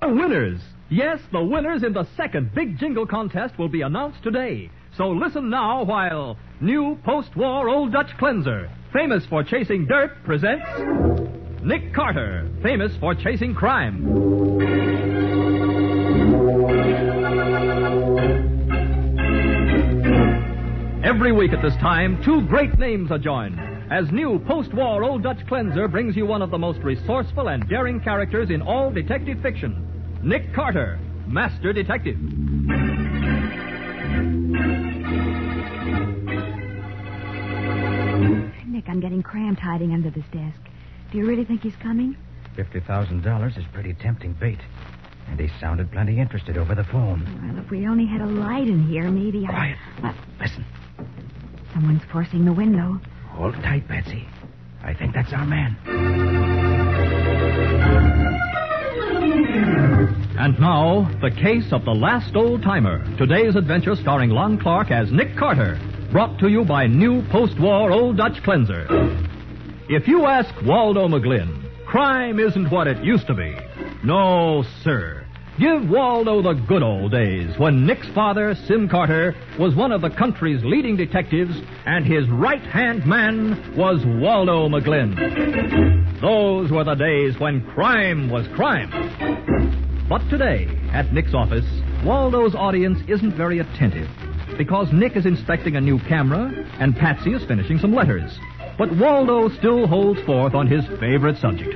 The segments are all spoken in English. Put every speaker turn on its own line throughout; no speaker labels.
The winners! Yes, the winners in the second big jingle contest will be announced today. So listen now while new post war Old Dutch cleanser, famous for chasing dirt, presents Nick Carter, famous for chasing crime. Every week at this time, two great names are joined. As new post war Old Dutch Cleanser brings you one of the most resourceful and daring characters in all detective fiction Nick Carter, Master Detective.
Nick, I'm getting cramped hiding under this desk. Do you really think he's coming?
$50,000 is pretty tempting bait. And he sounded plenty interested over the phone.
Well, if we only had a light in here, maybe I.
Quiet. Listen.
Someone's forcing the window.
Hold tight, Betsy. I think that's our man.
And now, the case of the last old timer. Today's adventure starring Lon Clark as Nick Carter, brought to you by new post war Old Dutch Cleanser. If you ask Waldo McGlynn, crime isn't what it used to be. No, sir. Give Waldo the good old days when Nick's father, Sim Carter, was one of the country's leading detectives, and his right hand man was Waldo McGlynn. Those were the days when crime was crime. But today, at Nick's office, Waldo's audience isn't very attentive because Nick is inspecting a new camera and Patsy is finishing some letters. But Waldo still holds forth on his favorite subject.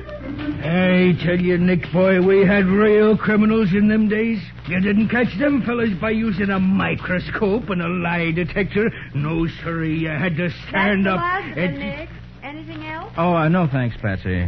I tell you, Nick Foy, we had real criminals in them days. You didn't catch them fellas by using a microscope and a lie detector. No, sirree, you had to stand
That's
up.
the last
and-
one, Nick. Anything else?
Oh, uh, no thanks, Patsy.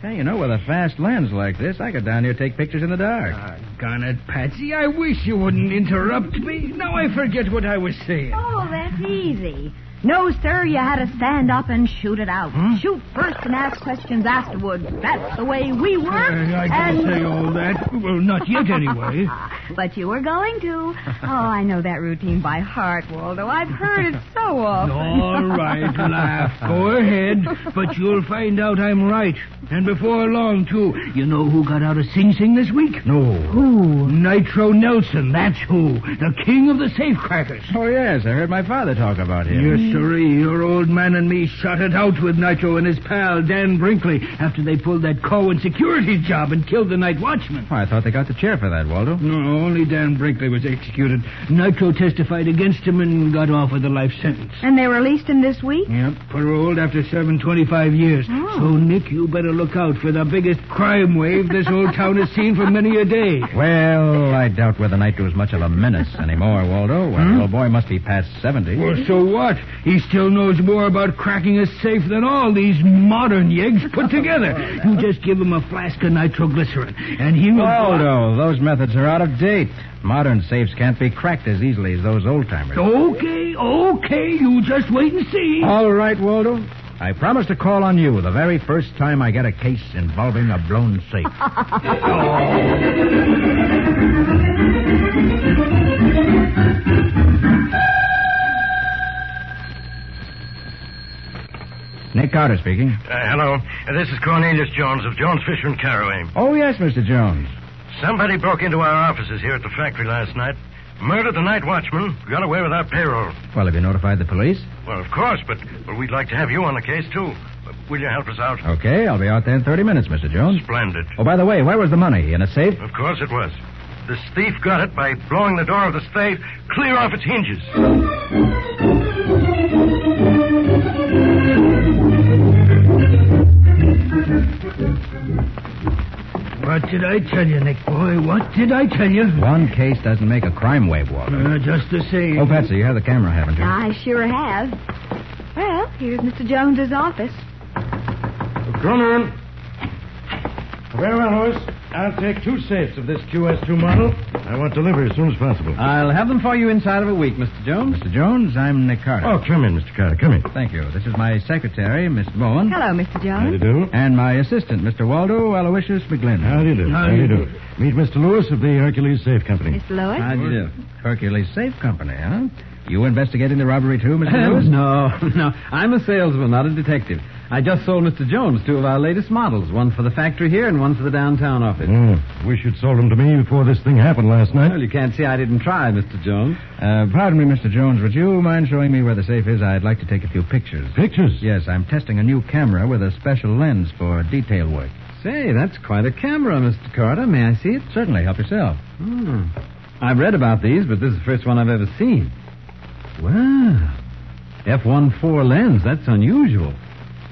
Hey, you know, with a fast lens like this, I could down here take pictures in the dark.
Gone it, Patsy. I wish you wouldn't interrupt me. Now I forget what I was saying.
Oh, that's easy. No, sir, you had to stand up and shoot it out.
Hmm?
Shoot first and ask questions afterwards. That's the way we work.
I
and...
didn't say all that. Well, not yet, anyway.
but you were going to. Oh, I know that routine by heart, Waldo. I've heard it so often.
All right, laugh. Go ahead. But you'll find out I'm right. And before long, too. You know who got out of Sing Sing this week? No. Who? Nitro Nelson, that's who. The king of the safecrackers.
Oh, yes, I heard my father talk about him.
Yes, sirree. Your old man and me shot it out with Nitro and his pal, Dan Brinkley, after they pulled that Cohen security job and killed the night watchman.
Oh, I thought they got the chair for that, Waldo.
No, only Dan Brinkley was executed. Nitro testified against him and got off with a life sentence.
And they released him this week?
Yep, paroled after serving 25 years. So, Nick, you better look out for the biggest crime wave this old town has seen for many a day.
Well, I doubt whether Nitro is much of a menace anymore, Waldo.
Hmm?
Well, the little boy must be past 70.
Well, so what? He still knows more about cracking a safe than all these modern yeggs put together. You just give him a flask of nitroglycerin, and he will.
Waldo, those methods are out of date. Modern safes can't be cracked as easily as those old timers.
Okay, okay, you just wait and see.
Oh.
All right, Waldo. I promise to call on you the very first time I get a case involving a blown safe. Nick Carter speaking.
Uh, hello. Uh, This is Cornelius Jones of Jones Fisher and Caraway.
Oh, yes, Mr. Jones.
Somebody broke into our offices here at the factory last night, murdered the night watchman, got away without payroll.
Well, have you notified the police?
Well, of course, but well, we'd like to have you on the case, too. Uh, Will you help us out?
Okay, I'll be out there in 30 minutes, Mr. Jones.
Splendid.
Oh, by the way, where was the money? In a safe?
Of course it was. This thief got it by blowing the door of the safe clear off its hinges.
What did I tell you, Nick boy? What did I tell you?
One case doesn't make a crime wave, Waldo.
Uh, just the same.
Oh, Patsy, you have the camera, haven't you?
I sure have. Well, here's Mr. Jones's office.
Come on.
Very well, Horace. I'll take two safes of this QS2 model. I want delivery as soon as possible.
Uh,
I'll have them for you inside of a week, Mr. Jones. Mr. Jones, I'm Nick Carter.
Oh, come in, Mr. Carter. Come in.
Thank you. This is my secretary, Miss Bowen,
Hello, Mr.
How do you
Jones.
do?
and my assistant, Mr. Waldo Aloysius McGlynn.
How do you do?
How do you do?
Meet Mr. Lewis of the Hercules Safe Company.
Miss Lewis.
How do you do? Hercules Safe Company, huh? You investigating the robbery too, Mr. Lewis?
no, no. I'm a salesman, not a detective. I just sold Mr. Jones two of our latest models, one for the factory here and one for the downtown office.
Mm.
Hmm. Wish you'd sold them to me before this thing happened last
Well,
night.
you can't see I didn't try, Mr. Jones.
Uh, pardon me, Mr. Jones. Would you mind showing me where the safe is? I'd like to take a few pictures.
Pictures?
Yes, I'm testing a new camera with a special lens for detail work.
Say, that's quite a camera, Mr. Carter. May I see it?
Certainly, help yourself.
Hmm. I've read about these, but this is the first one I've ever seen. Wow. F14 lens. That's unusual.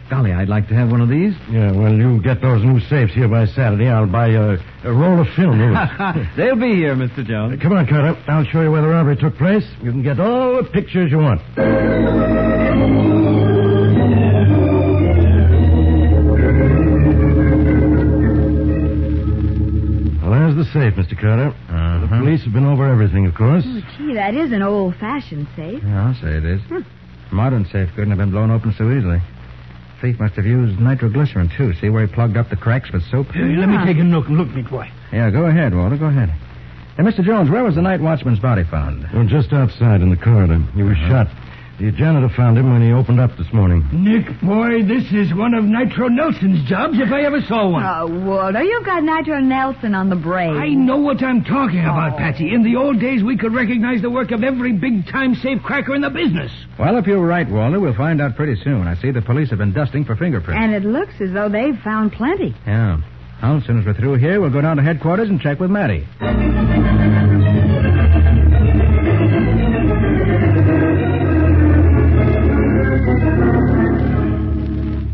Golly, I'd like to have one of these.
Yeah, well, you get those new safes here by Saturday. I'll buy you a, a roll of film, Lewis.
They'll be here, Mr. Jones.
Come on, Carter. I'll show you where the robbery took place. You can get all the pictures you want. Well, there's the safe, Mr. Carter.
Uh-huh.
The police have been over everything, of course.
Gee, that is an old-fashioned safe.
Yeah, I'll say it is. Modern safe couldn't have been blown open so easily. Thief must have used nitroglycerin, too. See where he plugged up the cracks with soap?
Hey, let me take a look. Look, McWhite.
Yeah, go ahead, Walter. Go ahead. Hey, Mr. Jones, where was the night watchman's body found? Uh-huh.
Well, just outside in the corridor. He was shot. The janitor found him when he opened up this morning.
Nick, boy, this is one of Nitro Nelson's jobs if I ever saw one.
Oh, Walter, you've got Nitro Nelson on the brain.
I know what I'm talking about, Patsy. In the old days, we could recognize the work of every big time safe cracker in the business.
Well, if you're right, Walter, we'll find out pretty soon. I see the police have been dusting for fingerprints.
And it looks as though they've found plenty.
Yeah. Well, as soon as we're through here, we'll go down to headquarters and check with Matty.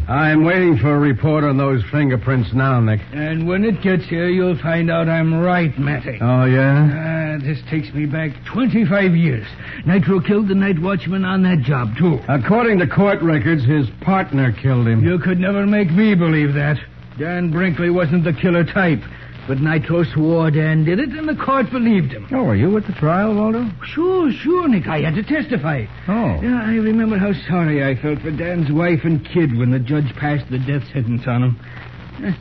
I'm waiting for a report on those fingerprints now, Nick.
And when it gets here, you'll find out I'm right, Matty.
Oh, yeah?
Ah, this takes me back 25 years. Nitro killed the night watchman on that job, too.
Oh.
According to court records, his partner killed him.
You could never make me believe that. Dan Brinkley wasn't the killer type. But Nitro swore Dan did it, and the court believed him.
Oh, were you at the trial, Walter?
Sure, sure, Nick. I had to testify.
Oh.
Yeah, I remember how sorry I felt for Dan's wife and kid when the judge passed the death sentence on him.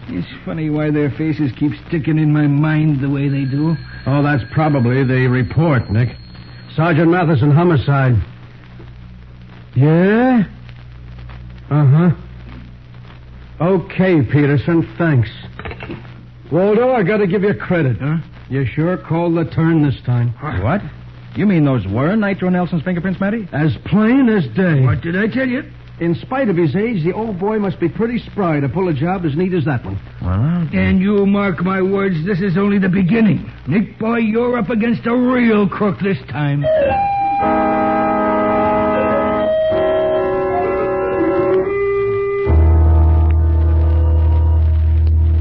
It's funny why their faces keep sticking in my mind the way they do.
Oh, that's probably the report, Nick. Sergeant Matheson, homicide. Yeah? Uh huh. Okay, Peterson, thanks. Waldo, I gotta give you credit. Huh? You sure called the turn this time.
What? You mean those were Nitro Nelson's fingerprints, Matty?
As plain as day.
What did I tell you?
In spite of his age, the old boy must be pretty spry to pull a job as neat as that one.
Well,
And you mark my words, this is only the beginning. Nick boy, you're up against a real crook this time.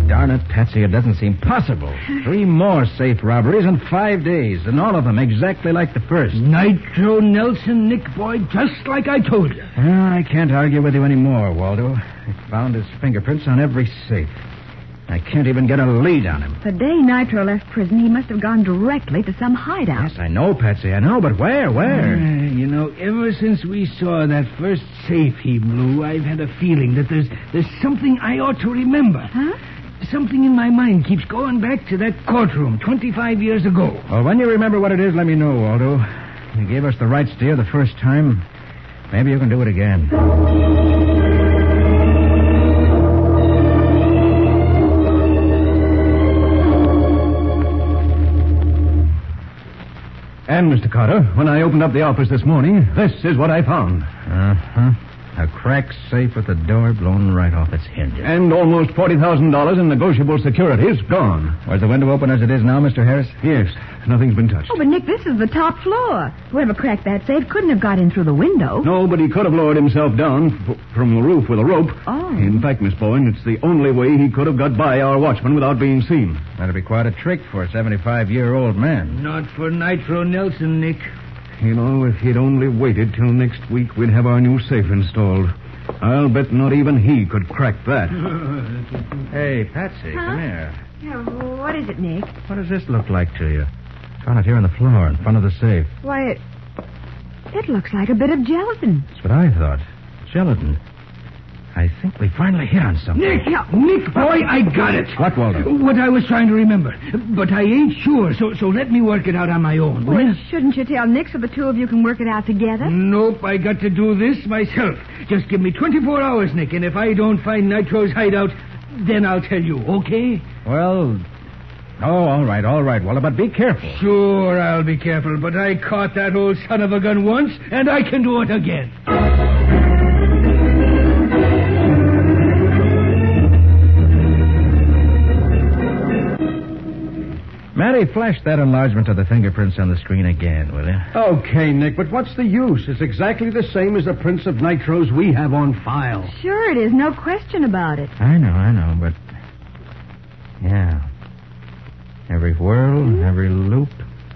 Darn it, Patsy, it doesn't seem possible. Three more safe robberies in five days, and all of them exactly like the first.
Nitro Nelson, Nick boy, just like I told you.
Well, Ah, I can't argue with you anymore, Waldo. I found his fingerprints on every safe. I can't even get a lead on him.
The day Nitro left prison, he must have gone directly to some hideout.
Yes, I know, Patsy, I know, but where, where?
Ah, you know, ever since we saw that first safe he blew, I've had a feeling that there's there's something I ought to remember.
Huh?
Something in my mind keeps going back to that courtroom 25 years ago.
Well, when you remember what it is, let me know, Waldo. You gave us the right steer the first time. Maybe you can do it again.
And, Mr. Carter, when I opened up the office this morning, this is what I found.
Uh huh. A cracked safe with the door blown right off its hinges.
And almost $40,000 in negotiable securities gone.
Was the window open as it is now, Mr. Harris?
Yes, nothing's been touched.
Oh, but Nick, this is the top floor. Whoever cracked that safe couldn't have got in through the window.
No, but he could have lowered himself down f- from the roof with a rope.
Oh.
In fact, Miss Bowen, it's the only way he could have got by our watchman without being seen.
That'd be quite a trick for a 75 year old man.
Not for Nitro Nelson, Nick.
You know, if he'd only waited till next week, we'd have our new safe installed. I'll bet not even he could crack that.
Hey, Patsy,
Huh?
come here.
Yeah, what is it, Nick?
What does this look like to you? Found it here on the floor in front of the safe.
Why, it, it looks like a bit of gelatin.
That's what I thought. Gelatin. I I think we finally hit on something.
Nick, Nick, boy, I got it.
What, Waldo?
What I was trying to remember, but I ain't sure. So, so let me work it out on my own. will ya?
Shouldn't you tell Nick so the two of you can work it out
Mm.
together?
Nope, I got to do this myself. Just give me 24 hours, Nick, and if I don't find Nitro's hideout, then I'll tell you, okay?
Well, oh, all right, all right, Waldo, but be careful.
Sure, I'll be careful, but I caught that old son of a gun once, and I can do it again.
Matty, flash that enlargement of the fingerprints on the screen again, will you?
Okay, Nick, but what's the use? It's exactly the same as the prints of nitros we have on file.
Sure it is, no question about it.
I know, I know, but. Yeah. Every whirl, every loop,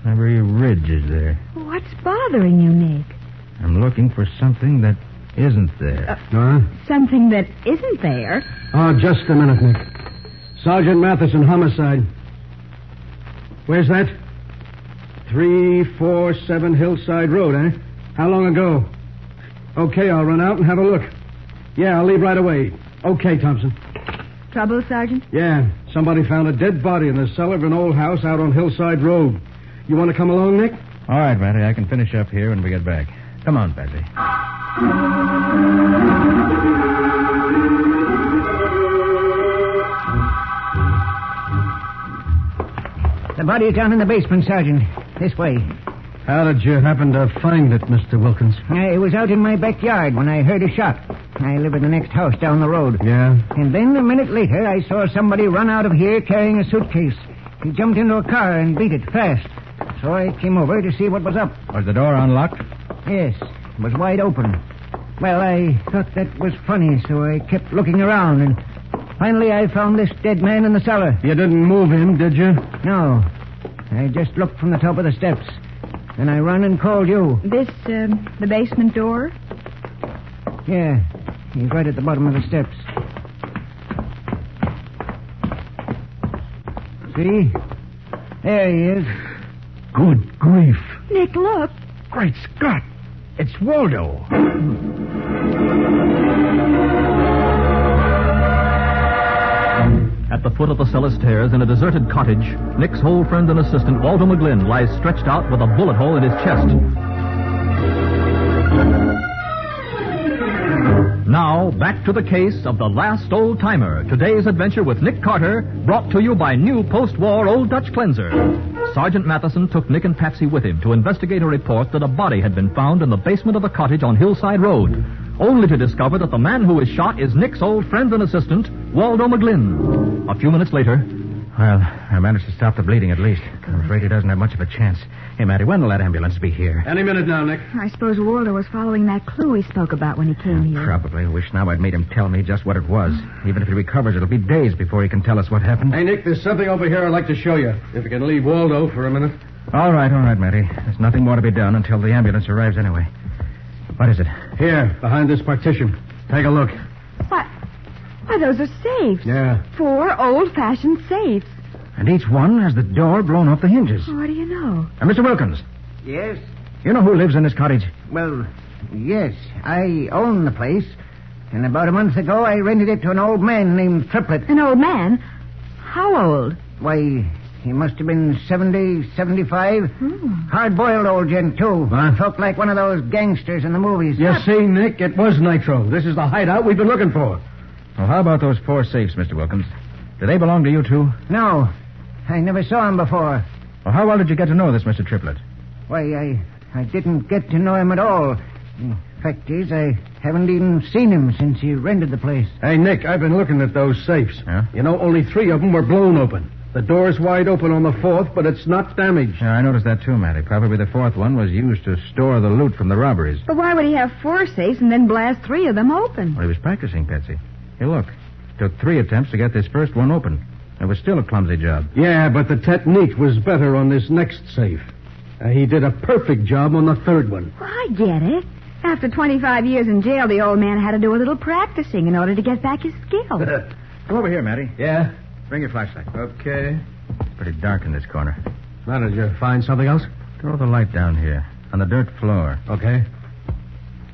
every ridge is there.
What's bothering you, Nick?
I'm looking for something that isn't
Uh.
there.
Huh?
Something that isn't there.
Oh, just a minute, Nick. Sergeant Matheson, homicide. Where's that? 347 Hillside Road, eh? How long ago? Okay, I'll run out and have a look. Yeah, I'll leave right away. Okay, Thompson.
Trouble, Sergeant?
Yeah, somebody found a dead body in the cellar of an old house out on Hillside Road. You want to come along, Nick?
All right, Matty, I can finish up here when we get back. Come on, Patsy.
The body is down in the basement, Sergeant. This way.
How did you happen to find it, Mr. Wilkins?
I was out in my backyard when I heard a shot. I live in the next house down the road.
Yeah.
And then a minute later, I saw somebody run out of here carrying a suitcase. He jumped into a car and beat it fast. So I came over to see what was up.
Was the door unlocked?
Yes, it was wide open. Well, I thought that was funny, so I kept looking around, and finally I found this dead man in the cellar.
You didn't move him, did you?
No, I just looked from the top of the steps. Then I run and called you.
This, um, the basement door?
Yeah, he's right at the bottom of the steps. See? There he is.
Good grief.
Nick, look.
Great Scott. It's Waldo.
At the foot of the cellar stairs in a deserted cottage, Nick's old friend and assistant, Waldo McGlynn, lies stretched out with a bullet hole in his chest. Now, back to the case of the last old timer. Today's adventure with Nick Carter, brought to you by new post war Old Dutch Cleanser. Sergeant Matheson took Nick and Patsy with him to investigate a report that a body had been found in the basement of a cottage on Hillside Road, only to discover that the man who was shot is Nick's old friend and assistant, Waldo McGlynn. A few minutes later,
Well, I managed to stop the bleeding at least. I'm afraid he doesn't have much of a chance. Hey, Matty, when will that ambulance be here?
Any minute now, Nick.
I suppose Waldo was following that clue he spoke about when he came here.
Probably. Wish now I'd made him tell me just what it was. Even if he recovers, it'll be days before he can tell us what happened.
Hey, Nick, there's something over here I'd like to show you. If you can leave Waldo for a minute.
All right, all right, Matty. There's nothing more to be done until the ambulance arrives anyway. What is it?
Here, behind this partition. Take a look.
Why, why, those are safes.
Yeah.
Four old-fashioned safes.
And each one has the door blown off the hinges.
What do you know?
Now, Mr. Wilkins,
Yes?
you know who lives in this cottage?
Well, yes. I own the place. And about a month ago, I rented it to an old man named Triplett.
An old man? How old?
Why, he must have been 70, 75. Hard boiled old gent, too.
Huh?
Looked like one of those gangsters in the movies.
You see, Nick, it was Nitro. This is the hideout we've been looking for.
Well, how about those four safes, Mr. Wilkins? Do they belong to you, too?
No, I never saw him before.
Well, how well did you get to know this Mr. Triplett?
Why, I, I didn't get to know him at all. In fact is, I haven't even seen him since he rented the place.
Hey, Nick, I've been looking at those safes.
Yeah?
You know, only three of them were blown open. The door's wide open on the fourth, but it's not damaged.
Yeah, I noticed that, too, Matty. Probably the fourth one was used to store the loot from the robberies.
But why would he have four safes and then blast three of them open?
Well, he was practicing, Patsy. Hey, look. Took three attempts to get this first one open. It was still a clumsy job.
Yeah, but the technique was better on this next safe. Uh, he did a perfect job on the third one.
Well, I get it. After 25 years in jail, the old man had to do a little practicing in order to get back his skill.
Come over here, Matty.
Yeah?
Bring your flashlight.
Okay.
It's pretty dark in this corner.
Now, did you find something else?
Throw the light down here on the dirt floor.
Okay.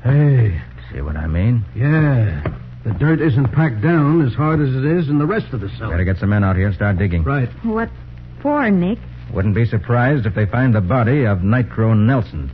Hey,
See what I mean?
yeah. The dirt isn't packed down as hard as it is in the rest of the cellar.
Better get some men out here and start digging.
Right.
What for, Nick?
Wouldn't be surprised if they find the body of Nitro Nelson.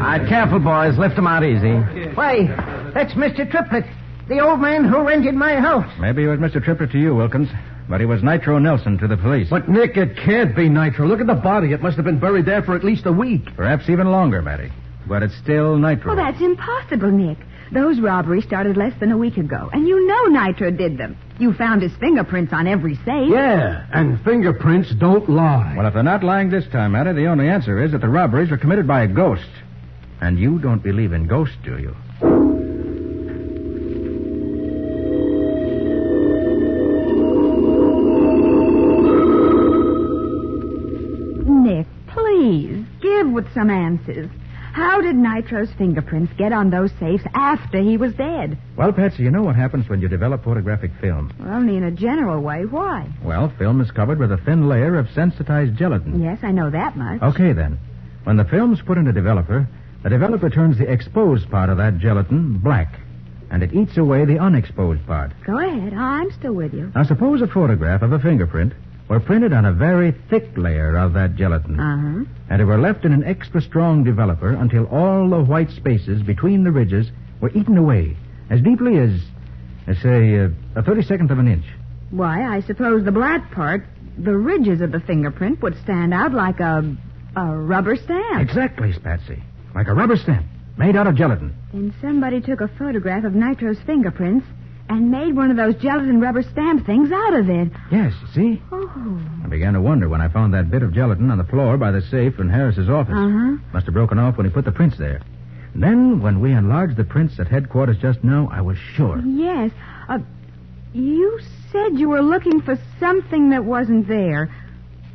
Ah, careful, boys. Lift them out easy. Why, that's Mr. Triplet, the old man who rented my house.
Maybe it was Mr. Tripler to you, Wilkins, but he was Nitro Nelson to the police.
But, Nick, it can't be nitro. Look at the body. It must have been buried there for at least a week.
Perhaps even longer, Matty. But it's still Nitro.
Well, that's impossible, Nick. Those robberies started less than a week ago, and you know Nitro did them. You found his fingerprints on every safe.
Yeah, and fingerprints don't lie.
Well, if they're not lying this time, Matty, the only answer is that the robberies were committed by a ghost. And you don't believe in ghosts, do you?
Nick, please, give with some answers. How did Nitro's fingerprints get on those safes after he was dead?
Well, Patsy, you know what happens when you develop photographic film.
Well, only in a general way. Why?
Well, film is covered with a thin layer of sensitized gelatin.
Yes, I know that much.
Okay, then. When the film's put in a developer, the developer turns the exposed part of that gelatin black, and it eats away the unexposed part.
Go ahead. I'm still with you.
Now, suppose a photograph of a fingerprint were printed on a very thick layer of that gelatin,
Uh huh.
and it were left in an extra strong developer until all the white spaces between the ridges were eaten away as deeply as, as say, uh, a 32nd of an inch.
Why, I suppose the black part, the ridges of the fingerprint, would stand out like a, a rubber stamp.
Exactly, Patsy. Like a rubber stamp made out of gelatin.
Then somebody took a photograph of Nitro's fingerprints and made one of those gelatin rubber stamp things out of it.
Yes, you see?
Oh.
I began to wonder when I found that bit of gelatin on the floor by the safe in Harris's office.
Uh huh.
Must have broken off when he put the prints there. And then, when we enlarged the prints at headquarters just now, I was sure.
Yes. Uh, you said you were looking for something that wasn't there.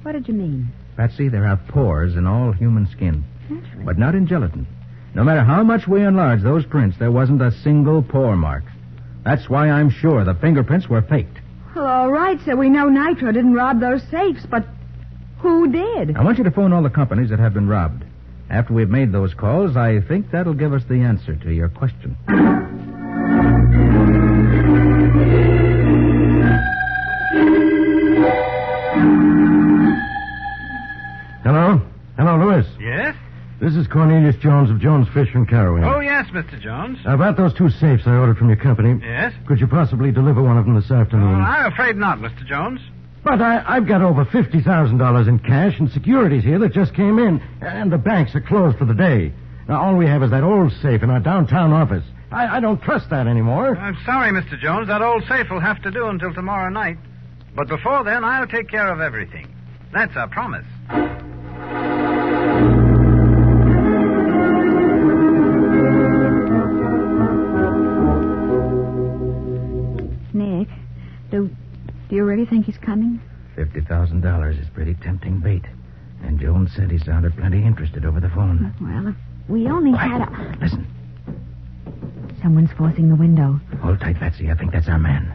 What did you mean?
Patsy, there are pores in all human skin,
Naturally.
but not in gelatin. No matter how much we enlarged those prints, there wasn't a single pore mark. That's why I'm sure the fingerprints were faked.
Well, all right, so we know Nitro didn't rob those safes, but who did?
I want you to phone all the companies that have been robbed. After we've made those calls, I think that'll give us the answer to your question.
Hello? Hello, Lewis.
Yes?
This is Cornelius Jones of Jones Fisher and Caraway.
Oh, yes, Mr. Jones.
About those two safes I ordered from your company.
Yes?
Could you possibly deliver one of them this
Oh,
afternoon?
I'm afraid not, Mr. Jones.
But I, I've got over $50,000 in cash and securities here that just came in, and the banks are closed for the day. Now, all we have is that old safe in our downtown office. I, I don't trust that anymore.
I'm sorry, Mr. Jones. That old safe will have to do until tomorrow night. But before then, I'll take care of everything. That's our promise.
Nick, do, do you really think he's coming?
$50,000 is pretty tempting bait. And Jones said he sounded plenty interested over the phone.
Well, if we only had a...
Listen,
Someone's forcing the window.
hold tight, Patsy. I think that's our man.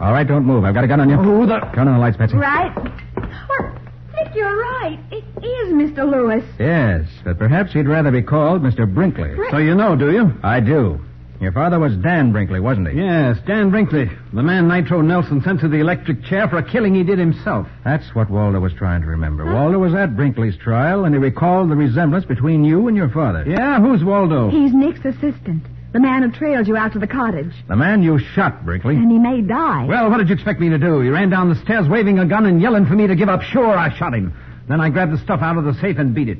All right, don't move. I've got a gun on you. Who the... Turn on the lights, Patsy.
Right? Well, Nick, you're right. It is Mr. Lewis.
Yes, but perhaps he'd rather be called Mr. Brinkley.
So you know, do you?
I do. Your father was Dan Brinkley, wasn't he?
Yes, Dan Brinkley, the man Nitro Nelson sent to the electric chair for a killing he did himself.
That's what Waldo was trying to remember. Waldo was at Brinkley's trial, and he recalled the resemblance between you and your father.
Yeah, who's Waldo?
He's Nick's assistant, the man who trailed you out to the cottage.
The man you shot, Brinkley.
And he may die.
Well, what did you expect me to do? He ran down the stairs waving a gun and yelling for me to give up. Sure, I shot him. Then I grabbed the stuff out of the safe and beat it.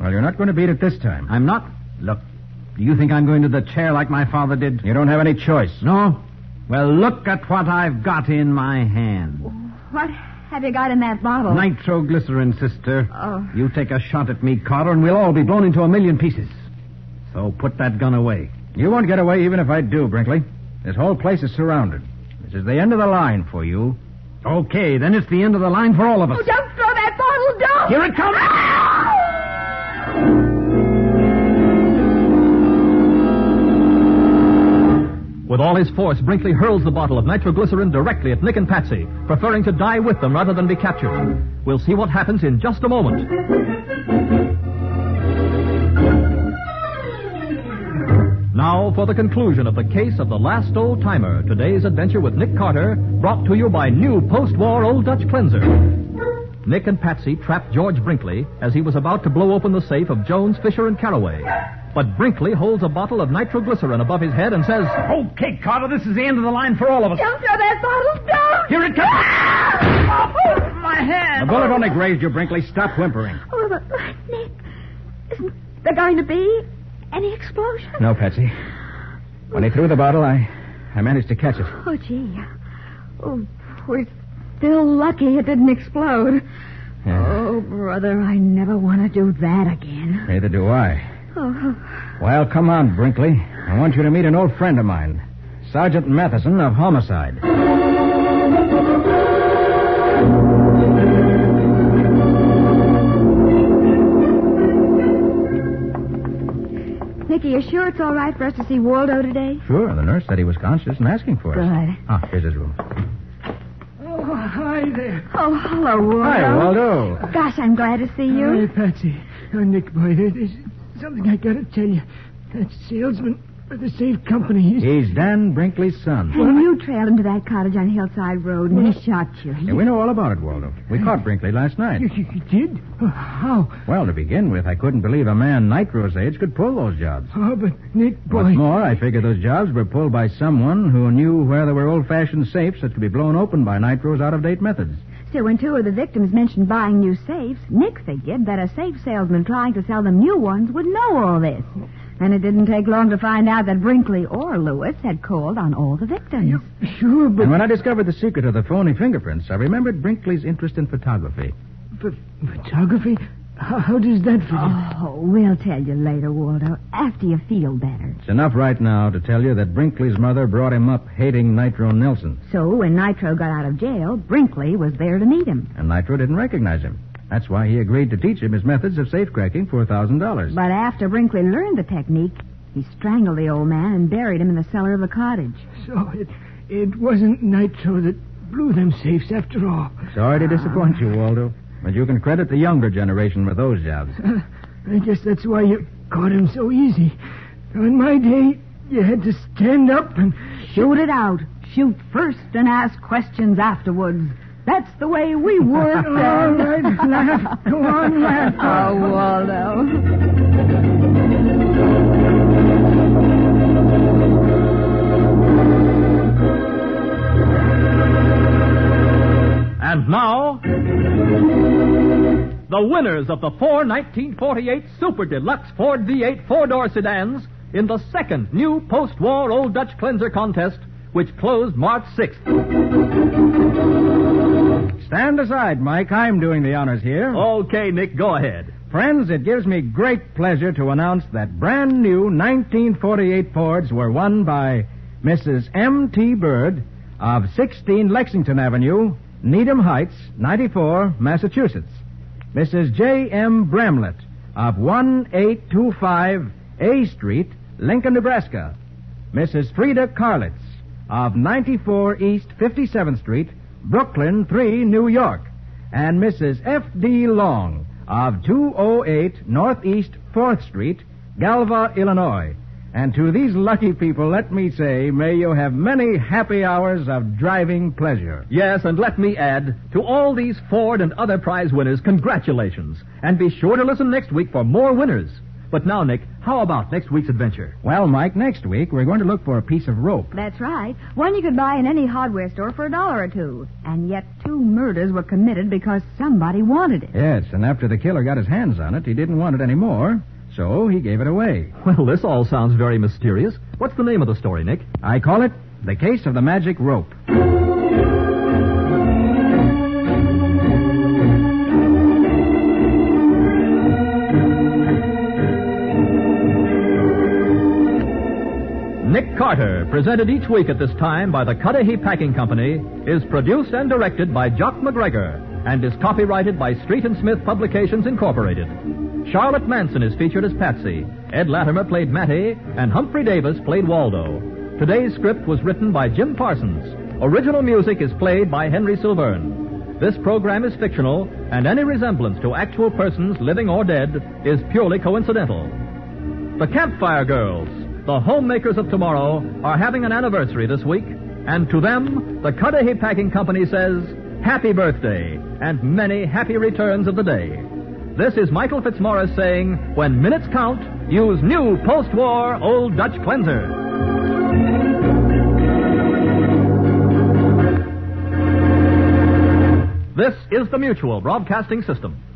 Well, you're not going to beat it this time.
I'm not. Look, do you think I'm going to the chair like my father did?
You don't have any choice.
No? Well, look at what I've got in my hand.
What have you got in that bottle?
Nitroglycerin, sister.
Oh.
You take a shot at me, Carter, and we'll all be blown into a million pieces. So put that gun away.
You won't get away even if I do, Brinkley. This whole place is surrounded. This is the end of the line for you.
Okay, then it's the end of the line for all of us.
Oh, don't throw that bottle, don't!
Here it comes!
Ah!
With all his force, Brinkley hurls the bottle of nitroglycerin directly at Nick and Patsy, preferring to die with them rather than be captured. We'll see what happens in just a moment. Now for the conclusion of the case of the last old timer. Today's adventure with Nick Carter, brought to you by new post-war Old Dutch cleanser. Nick and Patsy trapped George Brinkley as he was about to blow open the safe of Jones, Fisher, and Caraway. But Brinkley holds a bottle of nitroglycerin above his head and says, "Okay, Carter, this is the end of the line for all of us."
Don't throw that bottle down!
Here it comes.
Oh, my hand!
The bullet only grazed you, Brinkley. Stop whimpering.
Oh, but, but, Nick, isn't there going to be any explosion?
No, Patsy. When he threw the bottle, I, I managed to catch it.
Oh, gee. Oh, we're still lucky it didn't explode.
Yeah.
Oh, brother, I never want to do that again.
Neither do I.
Oh,
Well, come on, Brinkley. I want you to meet an old friend of mine, Sergeant Matheson of Homicide.
Nicky, you sure it's all right for us to see Waldo today?
Sure, the nurse said he was conscious and asking for us.
Good.
Ah, here's his room.
Oh, hi there. Oh, hello, Waldo.
Hi, Waldo.
Gosh, I'm glad to see you.
Hey, Patsy. Oh, Nick, boy, there- there's something I gotta tell you. That salesman for the safe company, he's...
He's Dan Brinkley's son.
And you trailed him to that cottage on Hillside Road, and he shot you.
Yeah, we know all about it, Waldo. We caught Brinkley last night.
You, you did? Oh, how?
Well, to begin with, I couldn't believe a man Nitro's age could pull those jobs.
Oh, but Nick, boy...
What's more, I figure those jobs were pulled by someone who knew where there were old-fashioned safes that could be blown open by Nitro's out-of-date methods.
So when two of the victims mentioned buying new safes, Nick figured that a safe salesman trying to sell them new ones would know all this. And it didn't take long to find out that Brinkley or Lewis had called on all the victims.
Sure, but...
And when I discovered the secret of the phony fingerprints, I remembered Brinkley's interest in photography.
but photography? How, how does that fit in?
Oh, we'll tell you later, Waldo, after you feel better.
It's enough right now to tell you that Brinkley's mother brought him up hating Nitro Nelson,
So when Nitro got out of jail, Brinkley was there to meet him.
and Nitro didn't recognize him. That's why he agreed to teach him his methods of safecracking for a thousand dollars.
But after Brinkley learned the technique, he strangled the old man and buried him in the cellar of the cottage.
So it, it wasn't Nitro that blew them safes after all.
Sorry to disappoint you, Waldo, but you can credit the younger generation with those jobs.
I guess that's why you caught him so easy. In my day, you had to stand up and...
Shoot it out. Shoot first and ask questions afterwards. That's the way we work.
All right, laugh. Go on, laugh.
Oh, Waldo.
And now, the winners of the four 1948 Super Deluxe Ford V8 four-door sedans in the second new post-war Old Dutch Cleanser contest, which closed March 6th.
Stand aside, Mike. I'm doing the honors here.
Oh, Okay, Nick, go ahead.
Friends, it gives me great pleasure to announce that brand new 1948 Fords were won by Mrs. M.T. Bird of 16 Lexington Avenue, Needham Heights, 94, Massachusetts. Mrs. J.M. Bramlett of 1825 A Street, Lincoln, Nebraska. Mrs. Frida Carlitz of 94 East 57th Street, Brooklyn 3, New York. And Mrs. F.D. Long of 208 Northeast 4th Street, Galva, Illinois. And to these lucky people, let me say, may you have many happy hours of driving pleasure.
Yes, and let me add, to all these Ford and other prize winners, congratulations. And be sure to listen next week for more winners. But now, Nick, how about next week's adventure?
Well, Mike, next week we're going to look for a piece of rope.
That's right. One you could buy in any hardware store for a dollar or two. And yet two murders were committed because somebody wanted it.
Yes, and after the killer got his hands on it, he didn't want it anymore, so he gave it away.
Well, this all sounds very mysterious. What's the name of the story, Nick?
I call it The Case of the Magic Rope.
Nick Carter, presented each week at this time by the Cudahy Packing Company, is produced and directed by Jock McGregor and is copyrighted by Street and Smith Publications Incorporated. Charlotte Manson is featured as Patsy, Ed Latimer played Matty, and Humphrey Davis played Waldo. Today's script was written by Jim Parsons. Original music is played by Henry Silverne. This program is fictional, and any resemblance to actual persons, living or dead, is purely coincidental. The Campfire Girls, the homemakers of tomorrow, are having an anniversary this week, and to them, the Cudahy Packing Company says, Happy birthday, and many happy returns of the day. This is Michael Fitzmaurice saying, When minutes count, use new post war Old Dutch cleanser. This is the Mutual Broadcasting System.